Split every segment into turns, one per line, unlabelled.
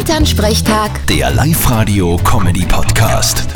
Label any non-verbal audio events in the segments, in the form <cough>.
Elternsprechtag,
Der Live-Radio-Comedy-Podcast.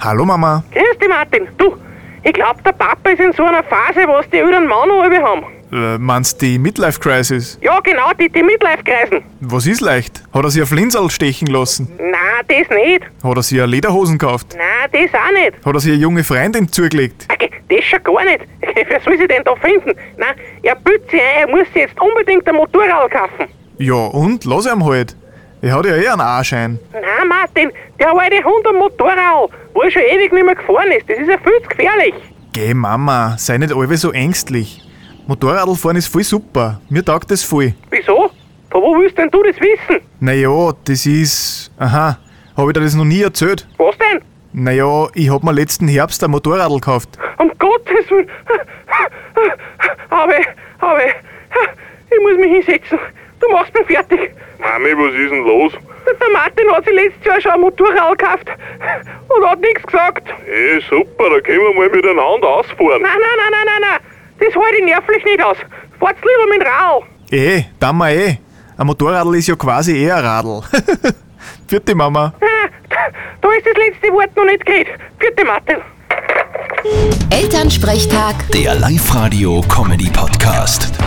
Hallo Mama.
Grüß dich, Martin. Du, ich glaub, der Papa ist in so einer Phase, was die älteren Mann noch alle haben.
Äh, meinst die Midlife Crisis?
Ja, genau, die, die Midlife-Kreisen.
Was ist leicht? Hat er sich ein Flinsal stechen lassen?
Na, das nicht.
Hat er sich eine Lederhosen gekauft?
Na, das auch nicht.
Hat er sich eine junge Freundin zugelegt?
Okay, das schon gar nicht. <laughs> Wer soll sie denn da finden? Na, er bütt sich ein, er muss sich jetzt unbedingt ein Motorrad kaufen.
Ja, und lass ihm halt. Er hat ja eh einen A-Schein.
Na, Martin, der alte Hund am Motorrad, wo er schon ewig nicht mehr gefahren ist, das ist ja viel zu gefährlich.
Geh Mama, sei nicht alle so ängstlich. Motorradfahren ist voll super. Mir taugt das voll.
Wieso? Von wo willst denn du das wissen?
Naja, das ist. Aha, habe ich dir das noch nie erzählt?
Was denn?
Naja, ich hab mir letzten Herbst ein Motorradl gekauft.
Um Gottes Willen. Aber, aber, ich muss mich hinsetzen. Du machst mich fertig.
Mami, was ist denn los?
Der- Der Martin hat sich letztes Jahr schon ein Motorrad gekauft und hat nichts gesagt.
Eh, super, da können wir mal miteinander ausfahren.
Nein, nein, nein, nein, nein, nein. Das halte ich nervlich nicht aus. Fahrt's lieber mit dem Rau.
Eh, dann mal eh. Ein Motorradl ist ja quasi eh ein Radl. <laughs> Vierte Mama.
Ah, da- Da ist das letzte Wort noch nicht geredet. Vierte Martin.
Elternsprechtag.
Der Live-Radio-Comedy-Podcast.